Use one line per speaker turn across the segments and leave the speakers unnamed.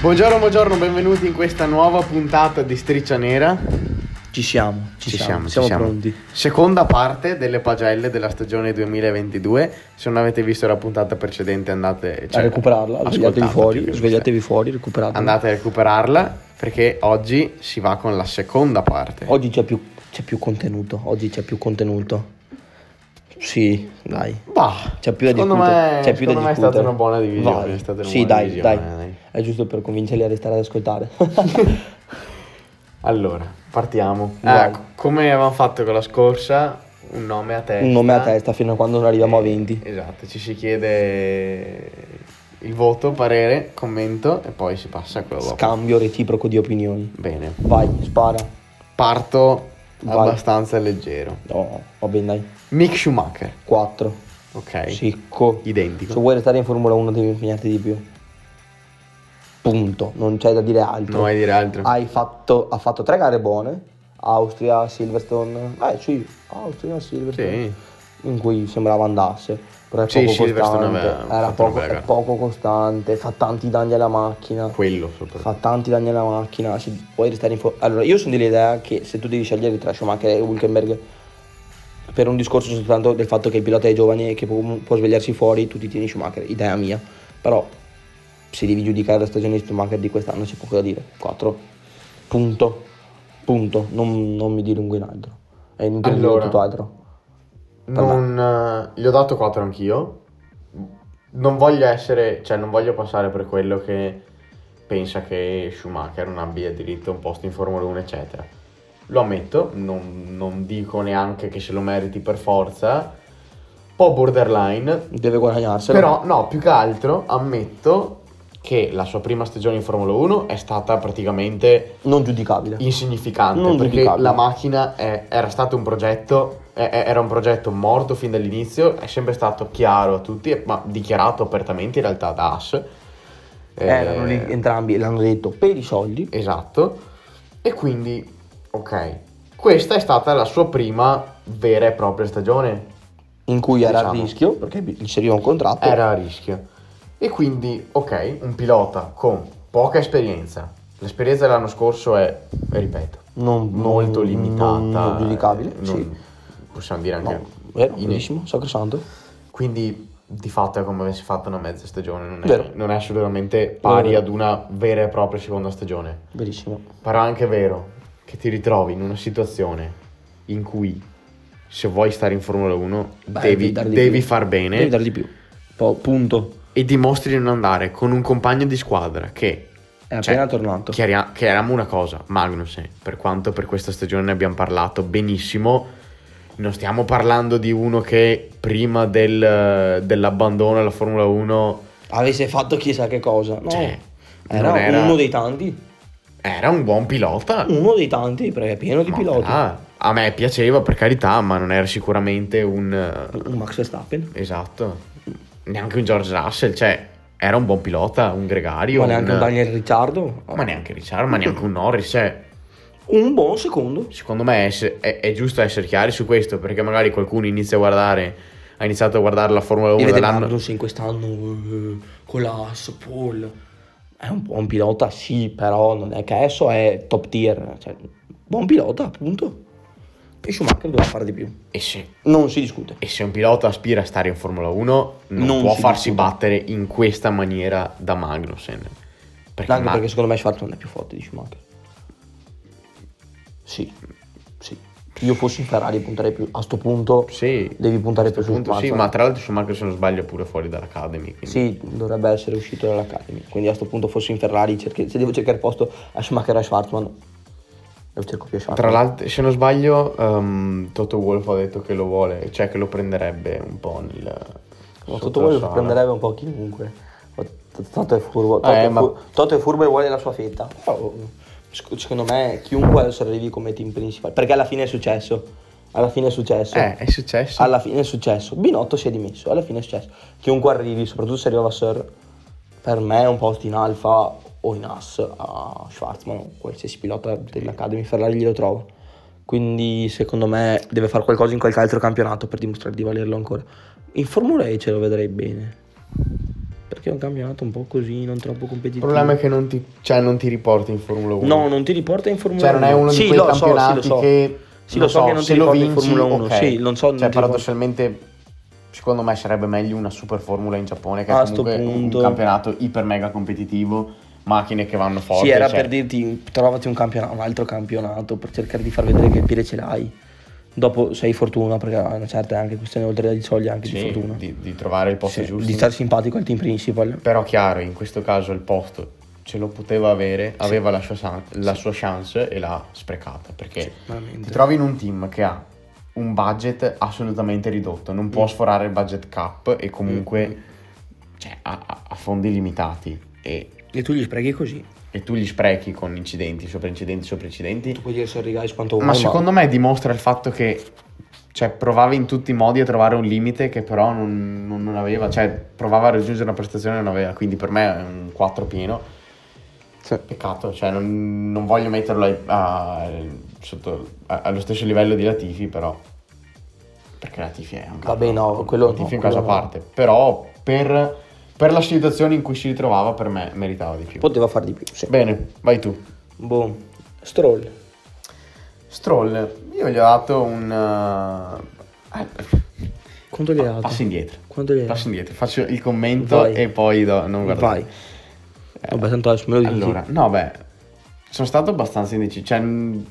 Buongiorno, buongiorno, benvenuti in questa nuova puntata di Striccia Nera.
Ci siamo, ci,
Ci siamo,
siamo,
ci
siamo
siamo.
pronti.
Seconda parte delle pagelle della stagione 2022. Se non avete visto la puntata precedente andate
a recuperarla, svegliatevi
ascoltatela, più
fuori,
che-
svegliatevi fuori, recuperatela.
cioè. Andate a recuperarla perché oggi si va con la seconda parte.
Oggi c'è più, c'è più contenuto, oggi c'è più contenuto. Sì, dai.
Bah,
C'è più da
secondo
discutere.
me,
c'è più da
secondo me è
discutere.
stata una buona divisione.
Vai.
è stata una
sì,
buona
dai,
divisione,
dai,
dai.
È giusto per convincerli a restare ad ascoltare.
Allora, partiamo.
Vai.
Eh, c- come avevamo fatto con la scorsa, un nome a testa.
Un nome a testa fino a quando non arriviamo a 20.
Esatto, ci si chiede il voto, parere, commento e poi si passa a quello dopo.
Scambio reciproco di opinioni.
Bene,
Vai, spara.
parto
Vai.
abbastanza leggero.
No, va bene, dai.
Mick Schumacher,
4.
ok?
Sicco. Se
Identico.
vuoi restare in Formula 1 devi impegnarti di più. Punto, non c'è da dire altro.
Non vuoi dire altro?
Hai fatto, ha fatto tre gare buone. Austria, Silverstone. Eh sì, Austria, Silverstone.
Sì.
In cui sembrava andasse. Però è
Sì,
poco
Silverstone
costante.
aveva
Era
fatto una
poco,
bella
è
gara.
poco costante. Fa tanti danni alla macchina.
Quello soprattutto.
Fa tanti danni alla macchina. Se vuoi restare in Formula Allora, io sono dell'idea che se tu devi scegliere tra Schumacher e Hülkenberg per un discorso soltanto del fatto che il pilota è giovane e che può, può svegliarsi fuori, tu ti tieni Schumacher, idea mia. Però se devi giudicare la stagione di Schumacher di quest'anno c'è poco da dire. 4. Punto. Punto. Non, non mi dilungo in altro. È inutile dire
Allora.
tutto altro.
Non, eh, gli ho dato 4 anch'io. Non voglio essere, cioè non voglio passare per quello che pensa che Schumacher non abbia diritto a un posto in Formula 1, eccetera. Lo ammetto, non, non dico neanche che se lo meriti per forza. Un po' borderline,
Deve guadagnarselo.
però no, più che altro ammetto che la sua prima stagione in Formula 1 è stata praticamente
Non giudicabile.
insignificante
Non
perché
giudicabile.
la macchina è- era stato un progetto è- è- era un progetto morto fin dall'inizio è sempre stato chiaro a tutti e- ma dichiarato apertamente in realtà da Haas Eh,
Erano lì entrambi, l'hanno detto, per i soldi.
esatto e quindi ok questa è stata la sua prima vera e propria stagione
in cui era a
Diciamo.
rischio perché gli serviva un contratto
era a rischio. E quindi, ok, un pilota con poca esperienza. L'esperienza dell'anno scorso è, ripeto,
Non-
molto
non-
limitata.
Mm, non giudicabile,
eh,
sì.
non- Possiamo dire anche...
no, vero,
in-
bellissimo, sacrosanto
Quindi, di fatto, è come avessi fatto una mezza stagione. Non
Vero.
è, non è assolutamente pari
Vero.
ad una vera e propria seconda stagione.
verissimo
Però è anche vero che ti ritrovi in una situazione in cui, se vuoi stare in Formula 1,
Beh,
devi,
dar di
devi
più.
far bene
devi dare di più Po- punto
e dimostri di non andare con un compagno di squadra che,
è
Cioè,
appena tornato
chiaria- chiariamo una cosa, Magnussen, per quanto per questa stagione ne abbiamo parlato benissimo, non stiamo parlando di uno che prima del- dell'abbandono alla Formula 1
avesse fatto chissà che cosa no
Cioè,
era,
non era-
uno dei tanti
era un buon pilota.
uno dei tanti perché è pieno di
Ma
piloti
ah, a me piaceva per carità, ma non era sicuramente un...
un Max Verstappen
Esatto, neanche un George Russell, cioè era un buon pilota, un gregario.
ma neanche un Daniel Ricciardo
ma neanche Richard, ma neanche un Norris, cioè...
un buon secondo
Secondo me è, è- è giusto essere chiari su questo, perché magari qualcuno inizia a guardare, ha iniziato a guardare la Formula 1
Di vedere
dall'anno.
Magnussen quest'anno eh, con la Paul è un buon pilota sì però non è che adesso è top tier cioè, buon pilota appunto e Schumacher doveva fare di più
E se,
non si discute
e se un pilota aspira a stare in Formula 1, non,
Non
può
si
farsi
discute.
battere in questa maniera da Magnussen. Perché,
anche
Ma-
perché secondo me Schwarz non è più forte di Schumacher sì sì se io fossi in Ferrari punterei più a sto punto
Sì,
devi puntare
a
più
questo
su
punto sì,
Schwarz
ma tra l'altro Schumacher se non sbaglio è pure fuori dall'Academy. Quindi...
Sì, dovrebbe essere uscito dall'Academy. Quindi a sto punto fossi in Ferrari, cerchi- se devo cercare posto a Schumacher e a Schwartzman, lo cerco più a Schwartzman.
Tra l'altro, se non sbaglio, ehm, Toto Wolff ha detto che lo vuole, cioè che lo prenderebbe un po' nel...
Ma
sotto
Toto
la
Wolff
sua ala.
prenderebbe un po' chiunque. Ma T- Toto è furbo. Toto,
Eh,
è
ma-
fu- Toto è furbo e vuole la sua fetta. Però, sec- secondo me, chiunque adesso arrivi come team principale. Perché alla fine è successo. Alla fine è successo.
Eh, è successo.
Alla fine è successo. Binotto si è dimesso. Alla fine è successo. Chiunque arrivi, soprattutto se arriva Sir, per me è un posto in Alfa o in As a Schwarzman o qualsiasi pilota dell'Academy Ferrari glielo trova. Quindi secondo me deve fare qualcosa in qualche altro campionato per dimostrare di valerlo ancora. In Formula E ce lo vedrei bene. Perché è un campionato un po' così, non troppo
Il
competitivo.
problema è che non ti, cioè, non ti riporti in Formula 1.
No, non ti riporta in Formula
Cioè,
1.
non è uno
sì,
di quei
lo so,
campionati
sì, lo so.
che.
Sì, lo so che non ti
se lo
ricordi in
vinci,
Formula 1,
ok.
sì, non so, non
Cioè,
ti
paradossalmente, secondo me sarebbe meglio una super Formula in Giappone, che
A
è
sto
comunque un
punto.
campionato iper mega competitivo, macchine che vanno forti.
Sì, era
cioè,
per dirti, trovati un, campionato, un altro campionato per cercare di far vedere che il piede ce l'hai. Dopo sei fortuna, perché a una certa è anche questione oltre di soldi, anche
sì,
di fortuna.
di, di trovare il posto
Sì,
giusto.
di star simpatico al team principal.
Però chiaro, in questo caso il posto ce lo poteva avere, aveva la sua, san- la sua chance e l'ha sprecata, perché... Ti
Veramente.
trovi in un team che ha un budget assolutamente ridotto, non può sforare il budget cap e comunque cioè, ha, ha- ha fondi limitati e,
E tu gli sprechi così.
e tu li sprechi con incidenti sopra incidenti sopra incidenti.
Tu puoi dire sorry guys quanto vuoi,
Ma secondo me dimostra il fatto che cioè, provava in tutti i modi a trovare un limite che però non, non- non aveva, cioè provava a raggiungere una prestazione e non aveva, quindi per me è un 4 pieno.
Sì.
Peccato, cioè non, non voglio metterlo ai- a- sotto- a- allo stesso livello di Latifi, però. Perché Latifi è un
Vabbè, no, quello
Latifi
no,
è un caso a
quello no.
parte. Però per, per la situazione in cui si ritrovava, per me meritava di più.
Poteva far di più, sì.
Bene, vai tu.
Boh. Stroll.
Stroll, io gli ho dato un. uh, eh,
Quanto gli hai dato?
Passo indietro.
Quanto gli hai dato?
Passo indietro, faccio il commento
Vai.
e poi do- ah, non guardo.
Vai. Vabbè, tanto adesso me lo dici.
Allora, no, beh, sono stato abbastanza indeciso. Cioè, mh,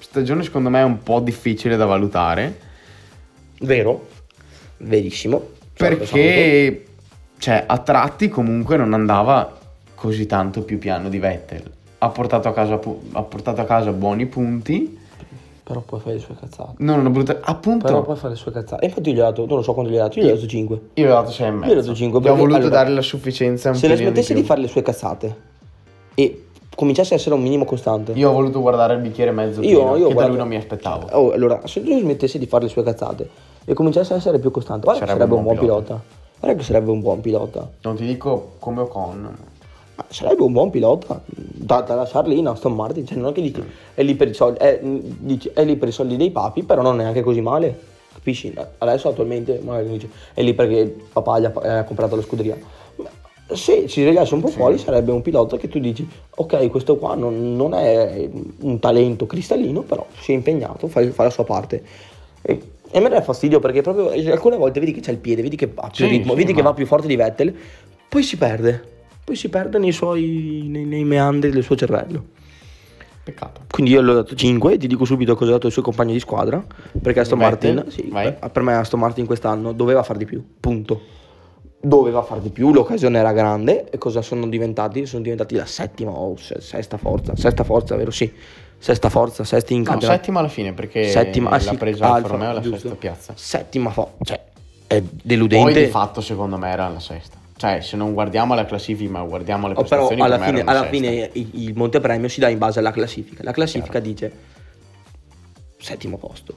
stagione secondo me è un po' difficile da valutare.
Vero. Verissimo.
Perché, cioè, a tratti comunque non andava così tanto più piano di Vettel. Ha portato a casa, pu- ha portato a casa buoni punti.
Però poi fai le sue cazzate.
Non una brutta. Appunto,
Però poi fa le sue cazzate. E infatti io gli ho dato, non lo so quanto gli ho dato, io gli ho dato 5.
io gli ho dato 6 e
Io gli ho dato
mezzo.
cinque,
Gli ho
perché,
voluto
allora,
dare la sufficienza un
Se la
pelino di
smettesse
più.
di, fare le sue cazzate e cominciasse a essere un minimo costante.
Io ho voluto guardare il bicchiere mezzo
Io-
pieno,
io
che da
guardo-
lui non mi aspettavo.
Oh, allora, se lui smettesse di fare le sue cazzate e cominciasse a essere più costante, guarda che
Sarebbe
sarebbe un buon pilota. Guarda che sarebbe un buon pilota.
Non ti dico come Ocon. ma-
Ma sarebbe un buon pilota da, da lasciarli in Aston Martin. Cioè, non è che dici è lì per i soldi, è, dici, è lì per i soldi dei papi, però non è neanche così male. Capisci? Adesso attualmente magari dici, è lì perché il papà gli ha, eh, ha comprato la scuderia. Ma se si svegliasse un po' fuori sarebbe un pilota che tu dici, ok, questo qua non, non è un talento cristallino, però si è impegnato, fa, fa la sua parte. E, e me ne dà fastidio perché proprio eh, alcune volte vedi che c'è il piede, vedi che ha più
Sì,
ritmo,
sì,
vedi
ma-
che va più forte di Vettel, poi si perde. Poi si perde nei suoi nei, nei meandri del suo cervello.
Peccato.
Quindi io gli ho dato 5 e ti dico subito cosa ho dato ai suoi compagni di squadra. Perché Aston
Vettel,
Martin, sì,
vai.
per per me Aston Martin quest'anno doveva far di più. Punto. Doveva far di più, l'occasione era grande. E cosa sono diventati? Sono diventati la settima o se- sesta forza. Sesta forza, vero? Sì. Sesta forza, sesti in
No,
campionato.
Ah, settima alla fine perché
Settima, ah,
l'ha
sì,
presa Alfa
Alfa,
Romeo alla
giusto.
sesta piazza.
Settima forza. Cioè, è deludente.
Poi di fatto secondo me era la sesta. Cioè se non guardiamo la classifica ma guardiamo le
Oh, però
prestazioni
alla
per me
fine,
erano
alla
sesta.
fine il, il montepremio si dà in base alla classifica. La classifica dice settimo posto,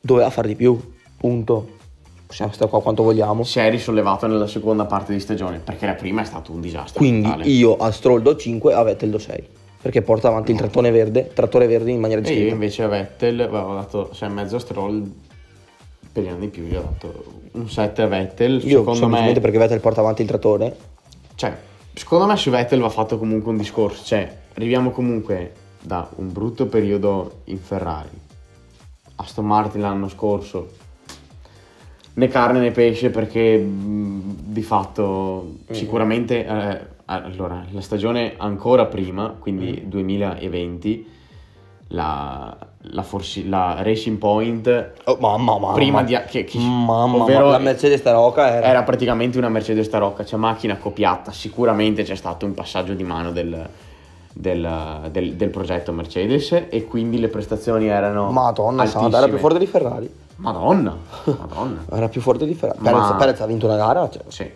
doveva fare di più, punto. Possiamo stare qua quanto vogliamo.
si è risollevato nella seconda parte di stagione perché la prima è stato un disastro.
Quindi
totale.
io a Stroll do 5, a Vettel do 6. Perché porta avanti il trattore verde, trattore verde in maniera
E io
discreta.
invece a Vettel avevo dato 6 e mezzo a Stroll pelino di più, gli ho dato un 7 a Vettel,
Io,
secondo me
semplicemente perché Vettel porta avanti il trattore.
Cioè, secondo me su Vettel va fatto comunque un discorso. Cioè, arriviamo comunque da un brutto periodo in Ferrari. Aston Martin l'anno scorso. Né carne né pesce perché mh, di fatto sicuramente... eh, allora, la stagione ancora prima, quindi 2020, la, la, forsi- la Racing Point...
Oh, mamma mamma.
Prima di... Che, che-
Mamma
ovvero-
mamma, la Mercedes Taroca era...
era praticamente una Mercedes Tarocca, cioè macchina copiata. Sicuramente c'è stato un passaggio di mano del, del- del- del progetto Mercedes e quindi le prestazioni erano.
Madonna, santa,
altissime.
era più forte di Ferrari.
Madonna, Madonna.
Era più forte di Ferrari.
Ma-
Perez, Perez ha vinto una gara, cioè,
sì,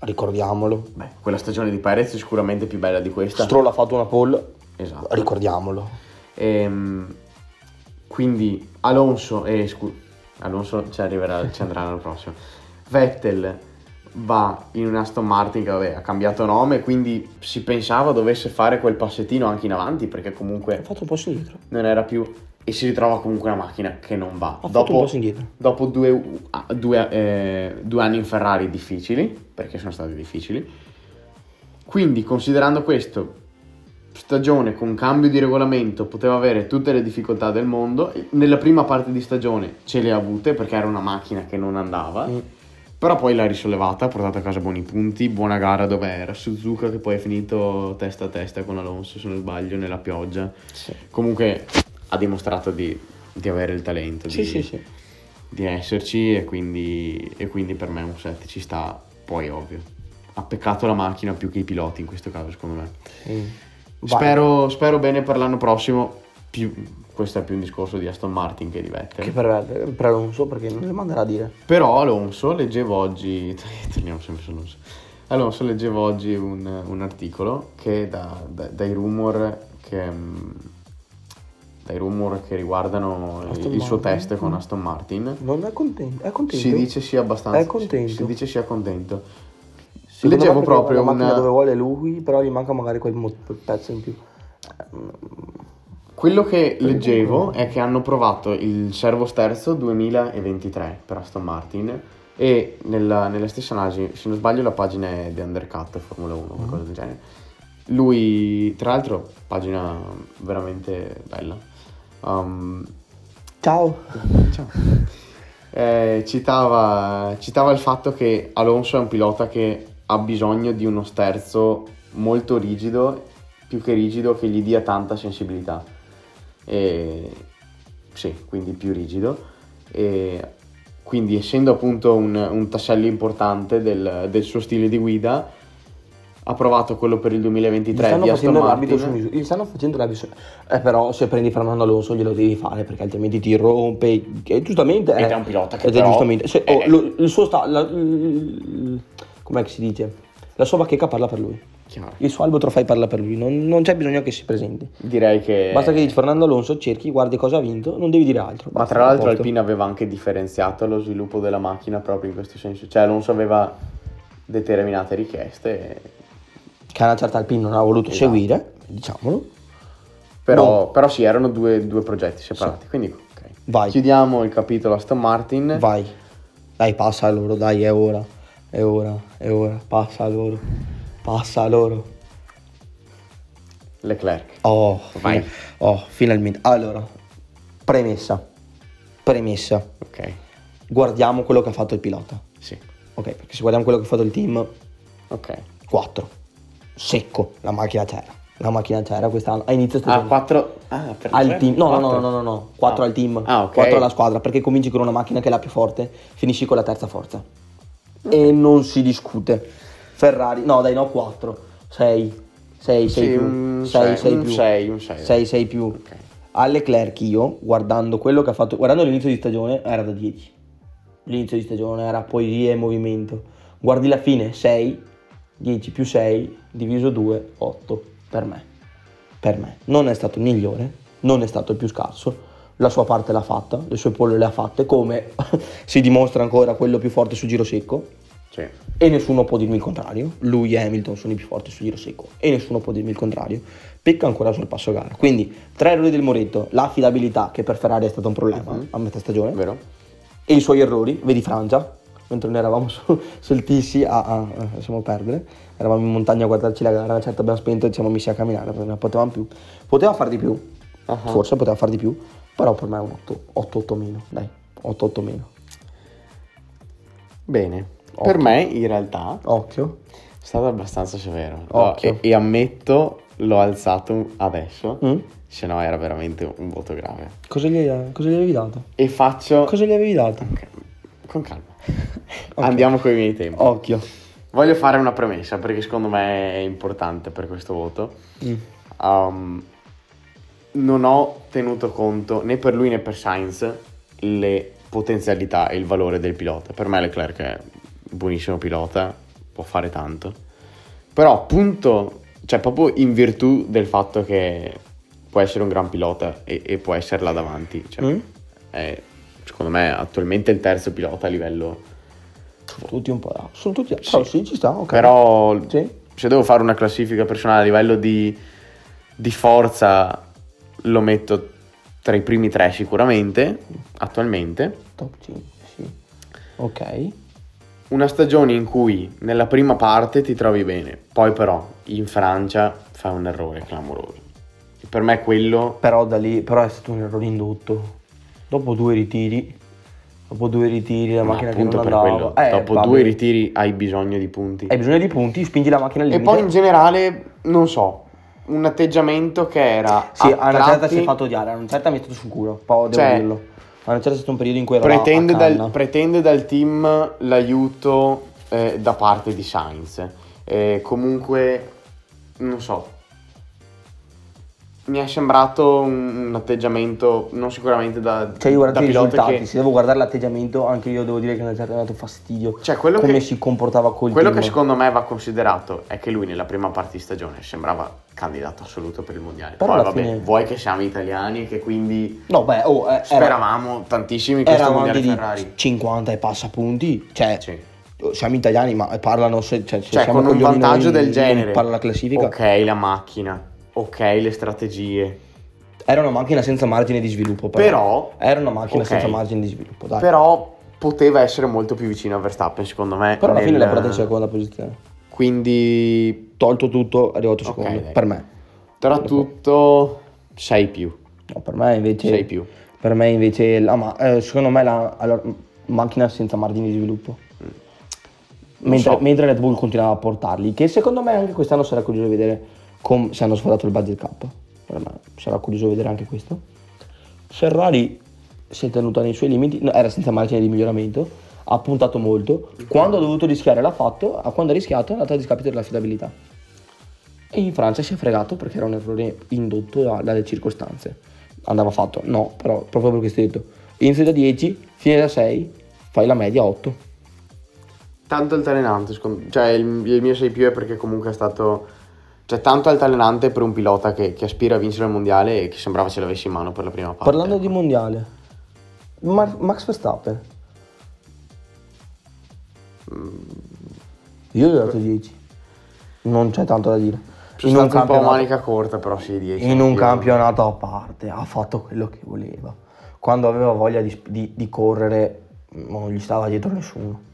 ricordiamolo.
beh, quella stagione di Perez è sicuramente più bella di questa.
Stroll ha fatto una pole,
esatto.
ricordiamolo.
Ehm, quindi Alonso, e scu- Alonso ci, arriverà, ci andrà l'anno prossimo. Vettel va in un Aston Martin che vabbè, ha cambiato nome, quindi si pensava dovesse fare quel passettino anche in avanti perché
Ha
comunque
fatto un po' indietro.
non era più... e si ritrova comunque una macchina che non va.
Ho fatto un
dopo,
passo indietro.
dopo due, ah, due, eh, due anni in Ferrari difficili, perché sono stati difficili, quindi considerando questo, stagione con cambio di regolamento poteva avere tutte le difficoltà del mondo, nella prima parte di stagione ce le ha avute perché era una macchina che non andava,
Mm.
però poi l'ha risollevata, ha portato a casa buoni punti, buona gara dove era Suzuka che poi è finito testa a testa con Alonso se non sbaglio nella pioggia,
Sì.
comunque ha dimostrato di, di avere il talento.
Sì,
di-
sì, sì.
di esserci e quindi, e quindi per me un 7 ci sta, poi ovvio. Ha peccato la macchina più che i piloti in questo caso, secondo me.
Mm. Vai.
Spero, spero bene per l'anno prossimo. Più, questo è più un discorso di Aston Martin che di Vettel.
Che per, per Alonso perché non le manderà a dire.
Però Alonso, leggevo oggi, torniamo sempre su Alonso, Alonso leggevo oggi un, un articolo che da- da- dai rumor che... mm, dai rumor che riguardano il,
Aston
il suo
Martin.
test con
Mm.
Aston Martin,
Non è contento. È contento.
si dice sia abbastanza...
È contento.
Si, si dice sia contento.
Secondo me
leggevo
perché
proprio
la macchina
una-
dove vuole lui, però gli manca magari quel mo- quel pezzo in più. Eh,
Quello che leggevo è che hanno provato il servo sterzo 2023 per Aston Martin e nella, nella stessa analisi, se non sbaglio la pagina è di Undercut Formula 1, qualcosa
Mm.
del genere. Lui, tra l'altro, pagina veramente bella. Um,
Ciao.
ciao. Eh, citava, citava il fatto che Alonso è un pilota che ha bisogno di uno sterzo molto rigido, più che rigido, che gli dia tanta sensibilità. E, sì, quindi più rigido. E quindi essendo appunto un, un tassello importante del, del suo stile di guida, ha provato quello per il
Gli
2023
stanno
di Aston
facendo l'abito su
Martin.
misura. Gli stanno facendo l'abito su- Eh, però se prendi Fernando Alonso glielo devi fare perché altrimenti ti rompe. Che giustamente.
Ed
eh,
è un pilota che
Ed è
però-
giustamente. se-
eh,
oh, lo- il suo sta. la- il- com'è che si dice? La sua bacheca parla per lui.
Chiaro.
Il suo albo trofei parla per lui. Non, non c'è bisogno che si presenti.
Direi che...
Basta che dici Fernando Alonso, cerchi, guardi cosa ha vinto, non devi dire altro.
Ma
Basta,
tra l'altro
a posto.
Alpine aveva anche differenziato lo sviluppo della macchina proprio in questo senso, cioè Alonso aveva determinate richieste, e-
Che a una certa Alpine non ha voluto
Esatto.
seguire, diciamolo.
però, però sì, erano due, due progetti separati, quindi ok.
Boh. Vai.
Chiudiamo il capitolo Aston Martin,
Vai, dai, passa a loro, dai, è ora, è ora, è ora, passa a loro, passa a loro.
Leclerc.
Oh,
Vai.
fina- oh, finalmente. Allora, premessa, premessa,
Ok,
guardiamo quello che ha fatto il pilota.
sì,
Ok, perché se guardiamo quello che ha fatto il team,
ok.
4. Secco, la macchina c'era. La macchina c'era quest'anno, a inizio
Ah,
stagione.
4 ah, per
al
tre?
team. No, no, no,
Quattro?
no, no, 4
Ah.
al team,
Ah, ok.
4 alla squadra, perché cominci con una macchina che è la più forte, finisci con la terza forza. E non si discute. Ferrari, no, dai, no, 4, 6, 6, 6
Sì,
più,
un
6,
sei,
6
un
più,
sei, un sei.
6, 6 più.
Ok.
A Leclerc io, guardando quello che ha fatto, guardando l'inizio di stagione, era da 10. L'inizio di stagione era poesia e movimento. Guardi la fine, 6, 10 più 6, diviso 2, 8, per me. Per me. Non è stato il migliore, non è stato il più scarso, la sua parte l'ha fatta, le sue polle le ha fatte, come si dimostra ancora quello più forte sul giro secco,
Sì,
e nessuno può dirmi il contrario. Lui e Hamilton sono i più forti sul giro secco e nessuno può dirmi il contrario. Pecca ancora sul passo gara. Quindi, tre errori del Moretto, l'affidabilità che per Ferrari è stato un problema
Mhm.
a metà stagione
vero?
e i suoi errori, vedi Francia, mentre noi eravamo su, sul Tissi a, a, a- lasciamo perdere, eravamo in montagna a guardarci la gara, a una certa abbiamo spento e ci siamo messi a camminare perché non potevamo più. Poteva far di più,
Ah.
forse poteva far di più, però per me è un 8-8 meno, dai, 8-8 meno.
Bene. Per me in realtà
Occhio.
È stato abbastanza severo.
Occhio.
No, e, e ammetto, l'ho alzato adesso,
Mm?
se no era veramente un voto grave.
Cosa gli, hai- cosa gli avevi dato?
E faccio...
Cosa gli avevi dato?
Ok, Con calma. Andiamo con i miei tempi.
Occhio.
Voglio fare una premessa perché secondo me è importante per questo voto. Um, non ho tenuto conto né per lui né per Sainz le potenzialità e il valore del pilota. Per me Leclerc è un buonissimo pilota, può fare tanto. Però appunto, cioè proprio in virtù del fatto che può essere un gran pilota e, e può esserla davanti. Cioè,
Mm?
è, secondo me attualmente è il terzo pilota a livello...
Sono tutti un po'. là. Sono tutti. Però sì, ci sta, ok.
Però
Sì.
se devo fare una classifica personale a livello di, di forza, lo metto tra i primi tre sicuramente, attualmente.
Top 5, sì. Ok.
Una stagione in cui nella prima parte ti trovi bene, poi però in Francia fai un errore clamoroso. E per me quello...
Però da lì, però è stato un errore indotto. Dopo due ritiri, dopo due ritiri la
ma
macchina che non
appunto per
andava.
quello,
Eh,
dopo
vabbè.
due ritiri hai bisogno di punti.
Hai bisogno di punti, spingi la macchina lì.
E poi in generale, non so, un atteggiamento che era
Sì,
a
a una certa
tratti-
si è fatto odiare, a una certa mi è stato sul culo, poi devo
Cioè,
dirlo. A una certa è stato un periodo in cui era
pretende, dal, pretende dal team l'aiuto eh, da parte di Sainz. Eh, comunque, non so, mi è sembrato un, un atteggiamento non sicuramente da,
Cioè io
da
guardate i
pilota
risultati,
che...
se devo guardare l'atteggiamento anche io devo dire che a una certa mi ha dato fastidio.
Cioè, quello,
come
che,
si comportava col
quello
team.
che secondo me va considerato è che lui nella prima parte di stagione sembrava candidato assoluto per il mondiale.
Però
Poi
alla
vabbè,
fine-
vuoi che siamo italiani e che quindi
No beh, oh, eh, era,
speravamo tantissimi questo
eravamo
mondiale
anche lì
Ferrari.
50 e passa punti, cioè
Sì.
siamo italiani ma parlano se, cioè, se
Cioè,
siamo
con un
coglioni
vantaggio
noi,
del genere.
Parla la classifica.
Ok, la macchina. Ok, le strategie.
Era una macchina senza margine di sviluppo però.
Però,
Era una macchina
Ok.
senza margine di sviluppo, dai.
però poteva essere molto più vicino a Verstappen, secondo me.
Però alla fine
nel-
l'ha portata in seconda posizione.
Quindi,
Tolto tutto, è arrivato secondo.
dai.
per me.
tra tutto, 6 più.
No, per me invece
6 più.
Per me invece la ma- eh, secondo me la allora, m- macchina senza margini di sviluppo.
Non
Mentre,
so.
mentre Red Bull continuava a portarli, che secondo me anche quest'anno sarà curioso vedere com- se hanno sforato il budget cap. Per me sarà curioso vedere anche questo. Ferrari si è tenuta nei suoi limiti, no, era senza margine di miglioramento, ha puntato molto. Quando ha dovuto rischiare l'ha fatto, a quando ha rischiato è andato a discapito dell'affidabilità. E in Francia si è fregato perché era un errore indotto da- dalle circostanze. Andava fatto? No, però proprio per questo ho detto. Inizio da 10, fine da 6, fai la media 8.
Tanto altalenante, secondo- cioè il, il mio 6 più è perché comunque è stato... Cioè, tanto altalenante per un pilota che, che aspira a vincere il mondiale e che sembrava ce l'avesse in mano per la prima parte.
Parlando di mondiale, Ma- Max Verstappen.
Mm.
Io gli ho dato 10. Non c'è tanto da dire.
Sono stato un po' manica corta, però sì, 10.
in un
Io-
campionato a parte ha fatto quello che voleva. Quando aveva voglia di, di- di correre, non gli stava dietro nessuno.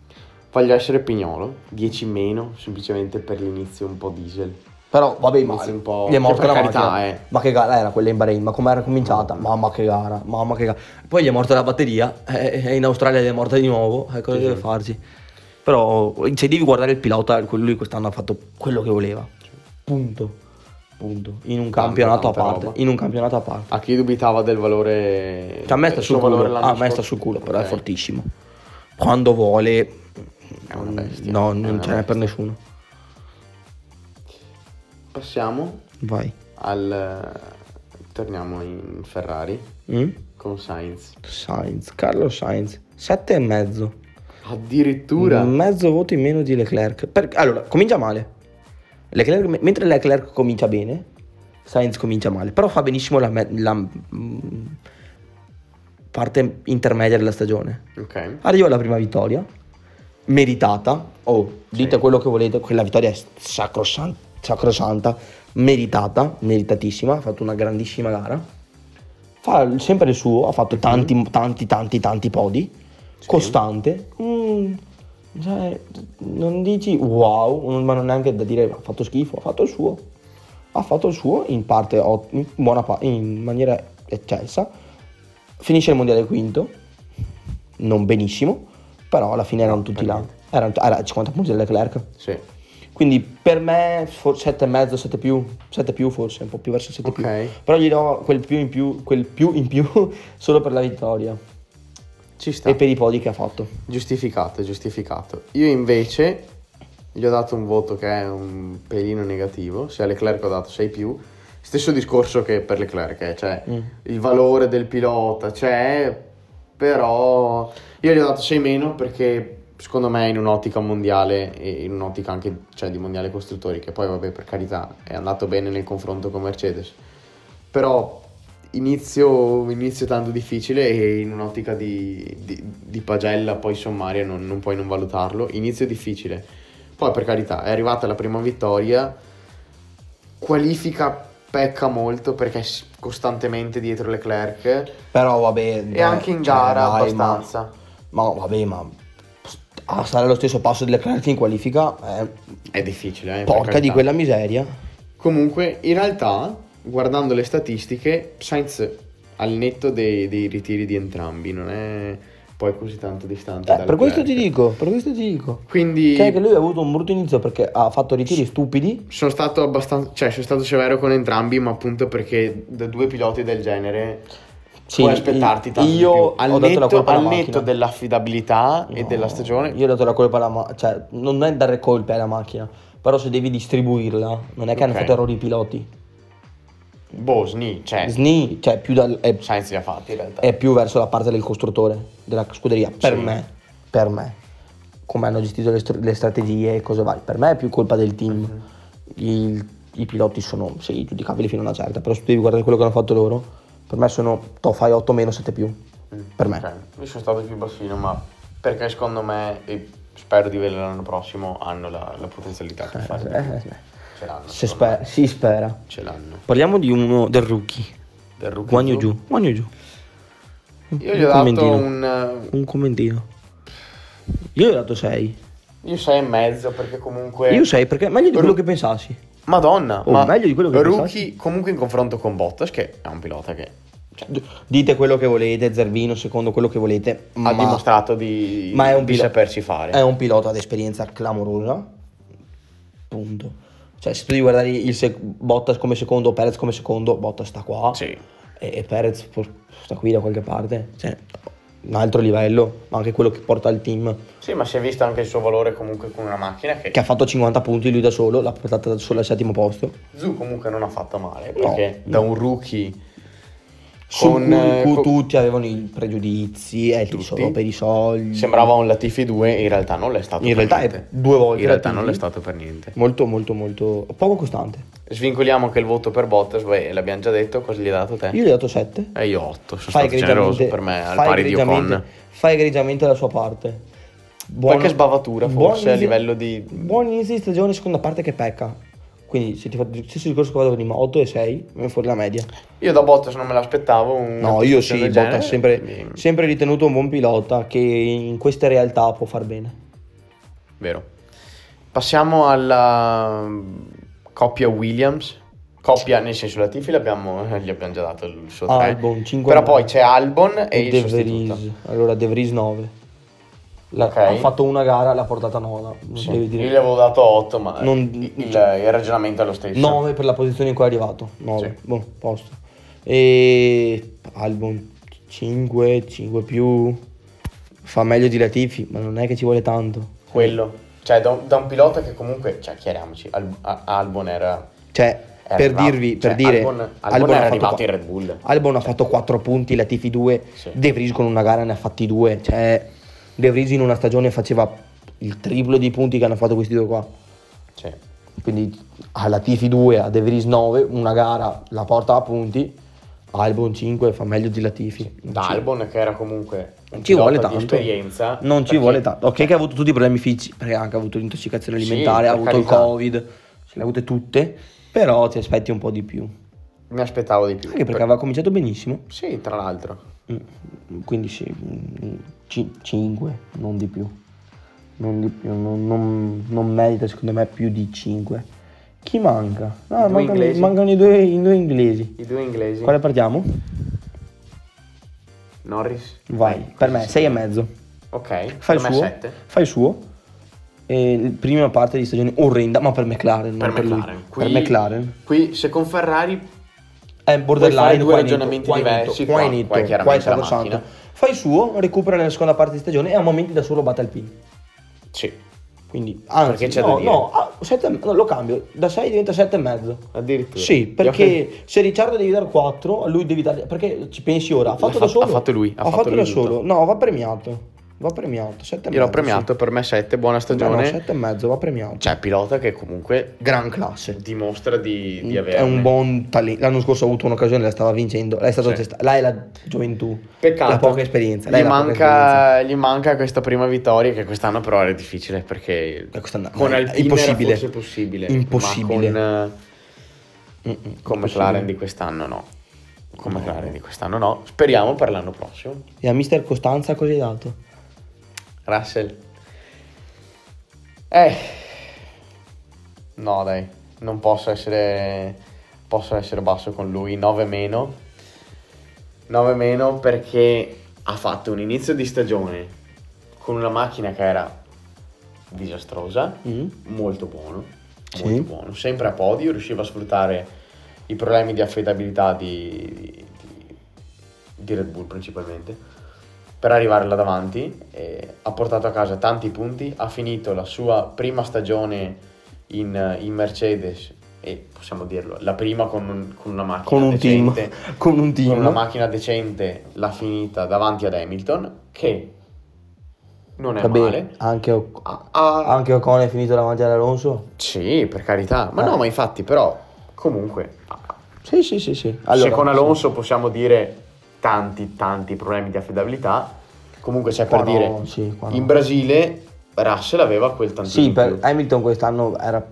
Voglio essere pignolo, 10 in meno, semplicemente per l'inizio un po' diesel.
Però vabbè, ma
Inizia un po'-
gli è Cioè, morta
che
la
per carità,
macchina.
eh.
Ma che gara era quella in Bahrain? Ma come era cominciata? Mamma che gara, mamma che gara. Poi gli è morta la batteria eh, e in Australia gli è morta di nuovo. E cosa deve farci? Però se devi guardare il pilota, lui quest'anno ha fatto quello che voleva. Punto. Punto. In un
Tanta,
campionato
tanta
a parte.
roba.
In un campionato a parte.
A chi dubitava del valore...
Cioè, a me sta
del
sul
suo valore
culo,
l'anno
a me sta
scorso?
sul culo, però
Ok.
è fortissimo. Quando vuole, mm,
È una bestia,
no,
è
non
una
ce n'è per
bestia.
nessuno.
Passiamo
Vai.
al... Torniamo in Ferrari
Mm?
con Sainz.
Sainz, Carlo Sainz, 7 e mezzo.
Addirittura...
Mezzo voto in meno di Leclerc. Per- allora, comincia male. Leclerc- me- mentre Leclerc comincia bene, Sainz comincia male. Però fa benissimo la, me- la, mm, parte intermedia della stagione.
Ok.
Arriva la prima vittoria, meritata. Oh, dite
Sì.
quello che volete, quella vittoria è sacrosan- sacrosanta, meritata, meritatissima. Ha fatto una grandissima gara. Fa sempre il suo, ha fatto tanti, tanti, tanti, tanti podi.
Sì.
Costante. Mm, cioè, non dici wow, non- ma non è neanche da dire ha fatto schifo, ha fatto il suo. Ha fatto il suo in parte, ot- in, buona pa- in maniera eccelsa. Finisce il mondiale quinto, non benissimo, però alla fine erano tutti
per
là.
niente.
Erano, era 50 punti del Leclerc.
Sì.
Quindi per me 7,5, 7 più, 7 più forse, un po' più verso 7 più.
Ok.
Però gli do quel più in più, quel più in più solo per la vittoria
Ci sta.
e per i podi che ha fatto.
Giustificato, giustificato. Io invece gli ho dato un voto che è un pelino negativo, se a Leclerc ho dato 6 più. Stesso discorso che per Leclerc, eh, cioè
Mm.
il valore del pilota c'è, però io gli ho dato 6 meno perché secondo me in un'ottica mondiale e in un'ottica anche cioè, di mondiale costruttori, che poi vabbè per carità è andato bene nel confronto con Mercedes, però inizio, inizio tanto difficile e in un'ottica di, di- di pagella poi sommaria non, non puoi non valutarlo. Inizio difficile. Poi per carità è arrivata la prima vittoria, qualifica pecca molto perché è s- costantemente dietro Leclerc
Però vabbè. eh,
e anche in gara abbastanza.
cioè, Ma, ma vabbè, ma a stare allo stesso passo delle Leclerc in qualifica è
È difficile, eh. per
porca di
carità.
quella miseria.
Comunque, in realtà, guardando le statistiche, Sainz al netto dei, dei ritiri di entrambi non è poi così tanto distante.
Eh,
da
per questo ti
Leclerc.
dico, per questo ti dico.
Quindi
Che, che lui ha avuto un brutto inizio perché ha fatto ritiri stupidi.
sono stato abbastanza, cioè sono stato severo con entrambi, ma appunto perché da due piloti del genere
Sì,
puoi aspettarti tanto di più.
io ho
al
dato la
netto,
colpa alla
al
macchina.
netto dell'affidabilità e
No,
della stagione.
Io ho dato la colpa alla macchina. Cioè, non è dare colpe alla macchina. Però se devi distribuirla, non è che hanno
Ok.
fatto errori i piloti.
Boh, Sni, cioè
Sni, cioè, più dal- è,
Sainz li ha fatti in realtà.
è più verso la parte del costruttore, della scuderia. Per
Sì.
me, per me. Come hanno gestito le, str- le strategie e cose vari. Per me è più colpa del team. Il- I piloti sono, sì, giudicabili fino a una certa. Però se tu devi guardare quello che hanno fatto loro, per me sono, to, fai 8 meno 7 più. Eh, Per me.
Ok, Io sono stato più bassino, ma perché secondo me, e spero di vederlo l'anno prossimo, hanno la, la potenzialità per fare.
Eh, eh, eh.
Ce l'hanno.
Se
secondo
spe- si spera.
me. Ce l'hanno.
Parliamo di uno del rookie.
Del rookie
Guan Yu
Zhu.
Zhu. Guan Yu Zhu.
Io gli ho dato un...
un commentino. Io gli ho dato 6.
Io sei e mezzo perché comunque...
Io 6 perché meglio di
Ru-
quello che pensassi.
Madonna,
Oh,
ma
meglio di quello che
Rookie
pensassi.
comunque in confronto con Bottas, che è un pilota che
Cioè, D- Dite quello che volete, Zerbino, secondo quello che volete.
ha dimostrato di,
ma è un
di
pilo-
saperci fare.
È un pilota ad esperienza clamorosa. Punto. Cioè, se tu devi guardare il sec- Bottas come secondo, Perez come secondo, Bottas sta qua.
Sì.
E, e Perez por- sta qui da qualche parte. Cioè, un altro livello, ma anche quello che porta il team.
Sì, ma si è visto anche il suo valore comunque con una macchina che...
Che ha fatto 50 punti lui da solo, l'ha portata da solo al settimo posto.
Zu comunque non ha fatto male,
No,
perché da un rookie
Su
Con, eh,
cui
co-
tutti avevano i pregiudizi, eh,
Tutti.
solo per i soldi.
sembrava un Latifi 2, in realtà non l'è stato
In
per
realtà è
niente.
due volte
In realtà non l'è
Latifi.
stato per niente.
molto, molto, molto poco costante.
Svincoliamo anche il voto per Bottas, beh, l'abbiamo già detto, cosa gli hai dato te?
Io gli ho dato 7.
E io 8, sono stato generoso per me, al pari di Ocon.
Fai egregiamente la sua parte.
Qualche sbavatura,
buon
forse, a
inizio-
livello di-
Buon inizio di stagione, seconda parte che pecca. Quindi se ti faccio lo stesso discorso che vado prima, 8 e 6, viene fuori la media.
Io da Bottas non me l'aspettavo. una
No, io
prestazione
sì,
del
Bottas
genere,
sempre,
quindi-
sempre ritenuto un buon pilota che in queste realtà può far bene.
Vero. Passiamo alla mm, coppia Williams. Coppia, nel senso, la Tifi l'abbiamo, eh, gli abbiamo già dato il suo 3.
Albon, cinque
Però
nove.
poi c'è Albon e
De
il
Vries.
sostituto.
Allora De Vries 9. La-
Ok.
Ha fatto una gara, l'ha portata nona. Non
Sì,
devi
Io gli
dire.
avevo dato 8, ma
Non-
il, il- il ragionamento è lo stesso.
9 per la posizione in cui è arrivato. 9.
Sì.
Boh, posto. E Albon 5, 5 più. Fa meglio di Latifi, ma non è che ci vuole tanto.
Quello. Cioè, da un, da un pilota che comunque, cioè, chiariamoci, Al- a- Albon era...
Cioè,
era
per
arrivato.
dirvi,
Cioè,
per dire,
Albon, Albon era
ha fatto
arrivato
qua-
in Red Bull.
Albon ha fatto 4 punti, Latifi 2,
Sì.
De Vries con una gara ne ha fatti 2, cioè De Vries in una stagione faceva il triplo di punti che hanno fatto questi due qua.
Cioè,
Quindi a Latifi 2, a De Vries 9, una gara la porta a punti, Albon 5 fa meglio di Latifi. Non
da
ci-
Albon che era comunque un
non ci vuole
pilota
tanto.
di esperienza.
Non ci
perché-
vuole tanto. Ok che ha avuto tutti i problemi fisici, perché ha anche avuto l'intossicazione
Sì,
alimentare, ha
per
avuto il
carità.
Covid, ce le ha avute tutte, però ti aspetti un po' di più.
Mi aspettavo di più.
Anche perché aveva cominciato benissimo.
Sì, tra l'altro.
Mm, Quindi sì, 5, non di più. Non di più, non, non- non merita secondo me più di 5. Chi manca? No,
due
mancano,
inglesi.
mancano i, due, i due inglesi.
I due inglesi.
Quale partiamo?
Norris.
Vai, per me 6 e mezzo.
Ok.
Fai
per
il
me
suo.
7.
Fai il suo. E l- prima parte di stagione orrenda, ma per McLaren, non per,
McLaren.
lui.
Qui-
Per McLaren.
Qui se con Ferrari
È borderline,
fare due
qua è
ragionamenti
netto, qua è
diversi,
netto, qua è
qua-
netto,
qua è
qua, è
chiaramente la
sacrosanto.
macchina.
Fai il suo, recupera nella seconda parte di stagione e a momenti da solo batte Alpine.
sì,
Quindi, anzi,
Perché c'è
no,
da dire.
no, ah, sette- no, lo cambio, da 6 diventa 7 e mezzo.
addirittura.
Sì, perché se Ricciardo devi dare 4, a lui devi dare perché ci pensi ora, ha fatto
L'ha
da
fatto-
solo.
ha fatto lui, ha
ha,
fatto
fatto,
lui
da
tutto.
solo. No, va premiato. Va premiato, 7 e
Io l'ho premiato, per me 7, buona stagione.
7 e mezzo, va premiato.
Cioè, pilota che comunque
Gran classe.
dimostra di, di avere.
Mm, È un buon talento. L'anno scorso ha avuto un'occasione, la stava vincendo. Lei è stato
Sì.
gesta- là è la gioventù.
Peccato.
La poca esperienza. lei
Gli
ha la poca esperienza.
manca, gli manca questa prima vittoria, che quest'anno però era difficile perché.
Eh, quest'anno-
con
ma è
Alpine era
impossibile.
forse possibile.
Impossibile.
Ma con, eh,
Mm-mm,
Con
possibile.
McLaren di quest'anno no. Con
No.
McLaren di quest'anno no. Speriamo per l'anno prossimo.
E a Mister Costanza cosa hai dato?
Russell. Eh. No, dai. Non posso essere... Posso essere basso con lui. 9 meno. 9 meno perché ha fatto un inizio di stagione con una macchina che era disastrosa.
Mm?
molto buono,
Sì.
molto buono. Sempre a podio, riusciva a sfruttare i problemi di affidabilità di, di- di Red Bull principalmente per arrivare là davanti. e ha portato a casa tanti punti, ha finito la sua prima stagione in, in Mercedes e possiamo dirlo, la prima con, un- con una macchina
Con un team.
decente
Con un team.
con una macchina decente l'ha finita davanti ad Hamilton che non è
Vabbè,
male
anche, Oc-
Ha- ha-
anche Ocon è finito davanti ad Alonso?
sì, per carità.
Eh.
Ma no, ma infatti, però, comunque,
Sì, sì, sì, sì.
se con
sì.
Alonso possiamo dire tanti, tanti problemi di affidabilità, comunque c'è per
Qua no,
dire,
sì, qua no.
in Brasile Russell aveva quel tantino
Sì,
in
per
più.
Hamilton quest'anno era...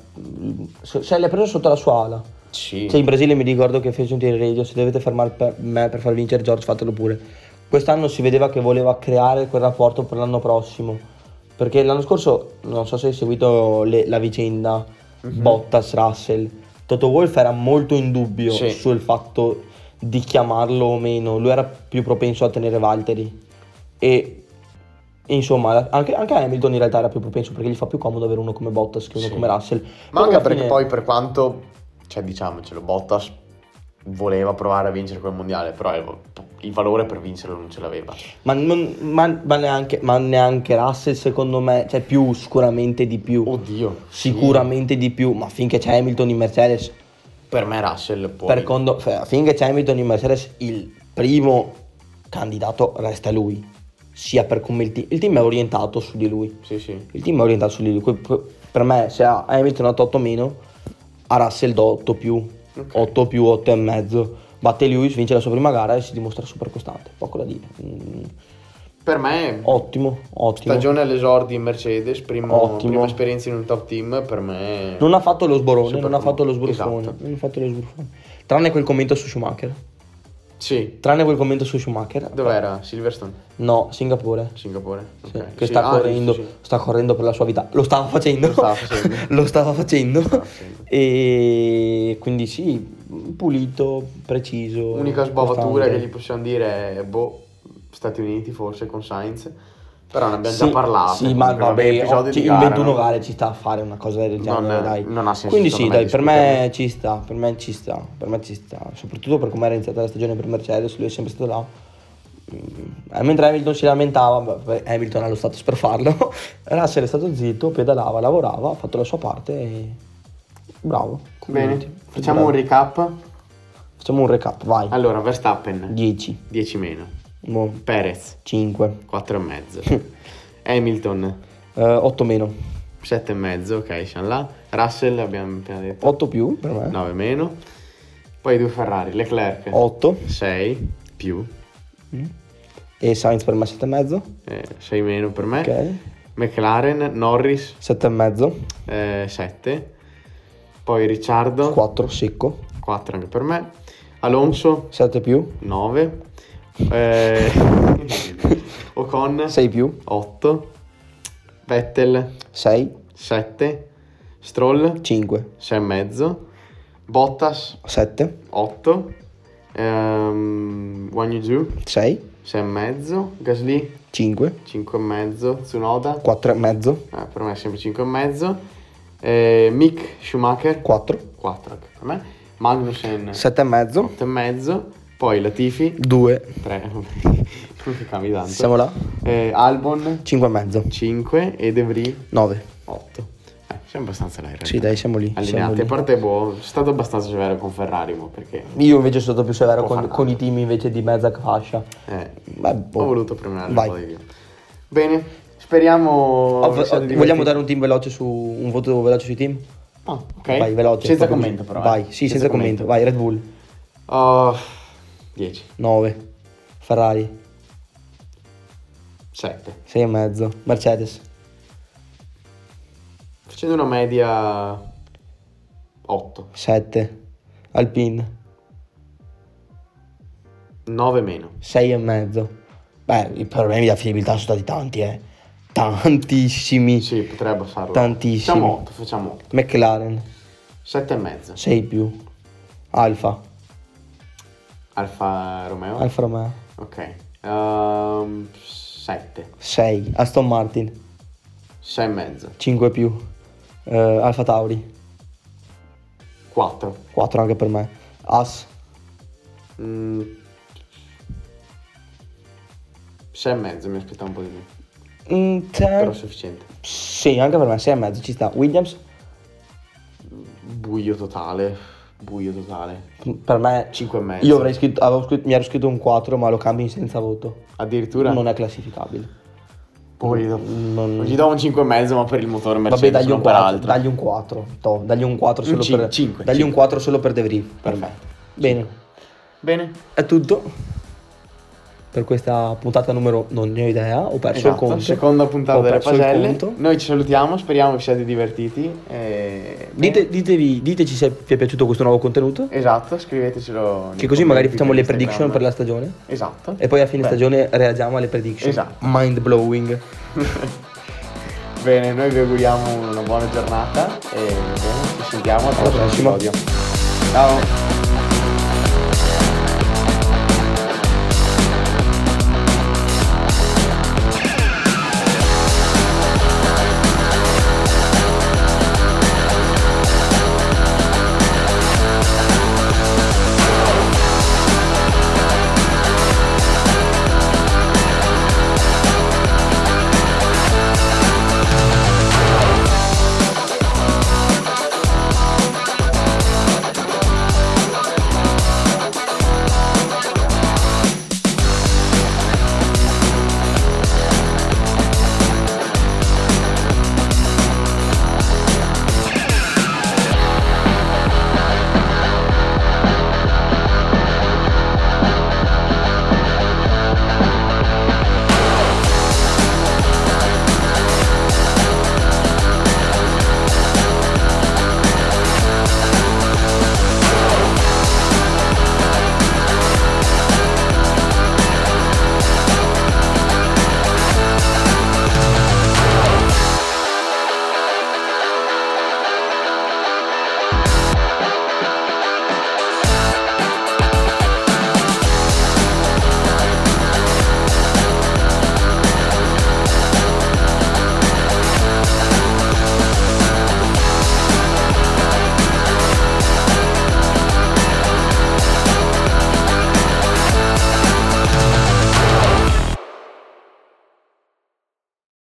Se se l'è preso sotto la sua ala.
Sì,
Cioè in Brasile mi ricordo che fece un tiro in radio, se dovete fermare per me per far vincere George fatelo pure. Quest'anno si vedeva che voleva creare quel rapporto per l'anno prossimo, perché l'anno scorso non so se hai seguito le- la vicenda
Mhm.
Bottas-Russell, Toto Wolff era molto in dubbio
Sì.
sul fatto di chiamarlo o meno, lui era più propenso a tenere Valtteri e insomma anche, anche Hamilton in realtà era più propenso perché gli fa più comodo avere uno come Bottas che uno
Sì.
come Russell.
ma
Però
anche
alla
perché
fine-
poi per quanto, cioè diciamocelo, Bottas voleva provare a vincere quel mondiale, però il, il valore per vincerlo non ce l'aveva.
Ma, non- ma- ma neanche, ma neanche Russell, secondo me, cioè più sicuramente di più.
Oddio, sì.
Sicuramente di più, ma finché c'è Hamilton in Mercedes,
Per me Russell può...
per condo- f- finché c'è Hamilton in Mercedes, il primo candidato resta lui. Sia per come il team. Il team è orientato su di lui.
Sì, sì.
Il team è orientato su di lui. Que- que- Per me, se a Hamilton ha dato 8 meno, a Russell do 8 più.
Ok.
8 più 8 e mezzo. Batte Lewis, vince la sua prima gara e si dimostra super costante. Poco da dire. Mm.
Per me...
Ottimo, ottimo.
Stagione all'esordi in Mercedes, primo-
Ottimo.
prima esperienza in un top team per me.
Non ha fatto lo sborone,
Super
non ha fatto lo
comodo,
sbruffone.
esatto.
Non ha fatto lo sbruffone. Tranne quel commento su Schumacher.
Sì.
Tranne quel commento su Schumacher.
Dov'era? Silverstone,
No, Singapore.
Singapore.
Sì,
Ok.
Che
Sì,
sta
ah,
correndo,
giusto, sì.
sta correndo per la sua vita. Lo stava facendo.
Lo stava facendo.
Lo stava facendo.
stava facendo.
E quindi sì, pulito, preciso.
L'unica sbavatura
costante.
che gli possiamo dire è boh, Stati Uniti forse con Sainz. Però ne abbiamo
Sì,
già parlato.
Sì, ma
comunque, vabbè,
vabbè,
episodi
oggi
di
in
gara,
21
no?
gare ci sta a fare una cosa del genere,
Non-
dai.
non ha senso,
Quindi sì,
secondo me,
dai, per me
discuterne.
ci sta, per me ci sta, per me ci sta, soprattutto per come era iniziata la stagione per Mercedes, lui è sempre stato là. Mm, eh, Mentre Hamilton si lamentava, beh, beh, Hamilton ha lo status per farlo, Russell è stato zitto, pedalava, lavorava, ha fatto la sua parte e... Bravo. complimenti.
Bene, facciamo
Bravo.
un Ah. recap.
Facciamo un recap, vai.
Allora, Verstappen
10,
10 meno. Perez
5,
4 e mezzo. Hamilton
8 eh, meno,
7 e mezzo, ok, siamo là. Russell abbiamo appena detto
8 più per me,
9 meno. Poi due Ferrari, Leclerc
8.
6 più,
E Sainz per me 7,5.
6 eh, meno per me.
Ok.
McLaren, Norris
7,5.
7. Poi Ricciardo
4 secco.
4 anche per me. Alonso
7 più.
9. Eh, Ocon
6 più.
8. Vettel
6.
7. Stroll
5.
6 e mezzo. Bottas
7.
8. Ehm, Wang Yu
6.
6 e mezzo. Gasly
5.
5 e mezzo. Tsunoda
4 e mezzo.
eh, per me è sempre 5 e mezzo. Eh, Mick Schumacher
4.
4 anche per me. Magnussen
7 e mezzo.
8 e mezzo. Poi Latifi
2.
3. Cambi tanto.
Siamo là.
Eh, Albon
5 e mezzo.
5 e De Vries
9.
8. Eh, siamo abbastanza là in realtà.
Sì, dai, siamo lì. siamo
Allineati.
lì.
A parte boh, è stato abbastanza severo con Ferrari, ma perché
Io invece sono stato più severo
Può
con,
far male.
con i team invece di mezza fascia.
eh,
Beh, boh.
ho voluto premiare
Vai.
un po' di più. Bene, speriamo
Oh,
vi siate divertiti.
vogliamo dare un team veloce su un voto veloce sui team?
Ah, ok.
Vai, veloce.
Senza
proprio
commento però.
così.
eh.
Vai, sì, senza, commento. Vai, Red Bull.
Oh, 10,
9. Ferrari.
7.
6 e mezzo. Mercedes.
Facendo una media 8.
7. Alpine,
9 meno.
6 e mezzo. Beh, i problemi di affidabilità sono stati tanti, eh. Tantissimi.
Sì, potrei abbassarlo.
Tantissimi.
Facciamo 8, facciamo 8.
McLaren,
7 e mezzo.
6 più. Alfa,
Alfa Romeo.
Alfa Romeo,
Ok. Ehm, 7.
6. Aston Martin,
6 e mezzo.
5 più. Eh, Alfa Tauri,
4.
4 anche per me. As,
Mm. 6 e mezzo, mi aspettavo un po' di più.
mm,
Però
c'è-
sufficiente.
Sì, anche per me, 6 e mezzo ci sta. Williams,
Buio totale. Buio totale.
per me
5 e mezzo.
Io avrei scritto, avevo scritto- mi ero scritto un 4, ma lo cambi senza voto.
Addirittura.
Non è classificabile.
Poi gli do,
non-
Mm. gli do un 5 e mezzo, ma per il motore
Vabbè,
Mercedes.
dagli un,
non
4,
peraltro.
dagli un 4. to, dagli un 4
Un
solo
cin-
per
cinque,
Dagli un
cinque.
4 solo per De Vries. Per me.
Perfetto.
Bene.
Bene.
È tutto per questa puntata numero non ne ho idea, ho perso il
Esatto,
conto.
Seconda puntata
Ho
delle
perso il
pagelle.
conto.
Noi ci salutiamo, speriamo vi siate divertiti. e-
Dite- ditevi- diteci se vi è piaciuto questo nuovo contenuto,
Esatto, scrivetecelo. nei
che così magari
commenti
facciamo le
dell'Instagram.
prediction per la stagione
Esatto.
e poi a fine
Beh,
stagione reagiamo alle prediction.
Esatto.
Mind blowing.
Bene, noi vi auguriamo una buona giornata e bene, ci sentiamo al prossimo
prossima.
episodio. Ciao.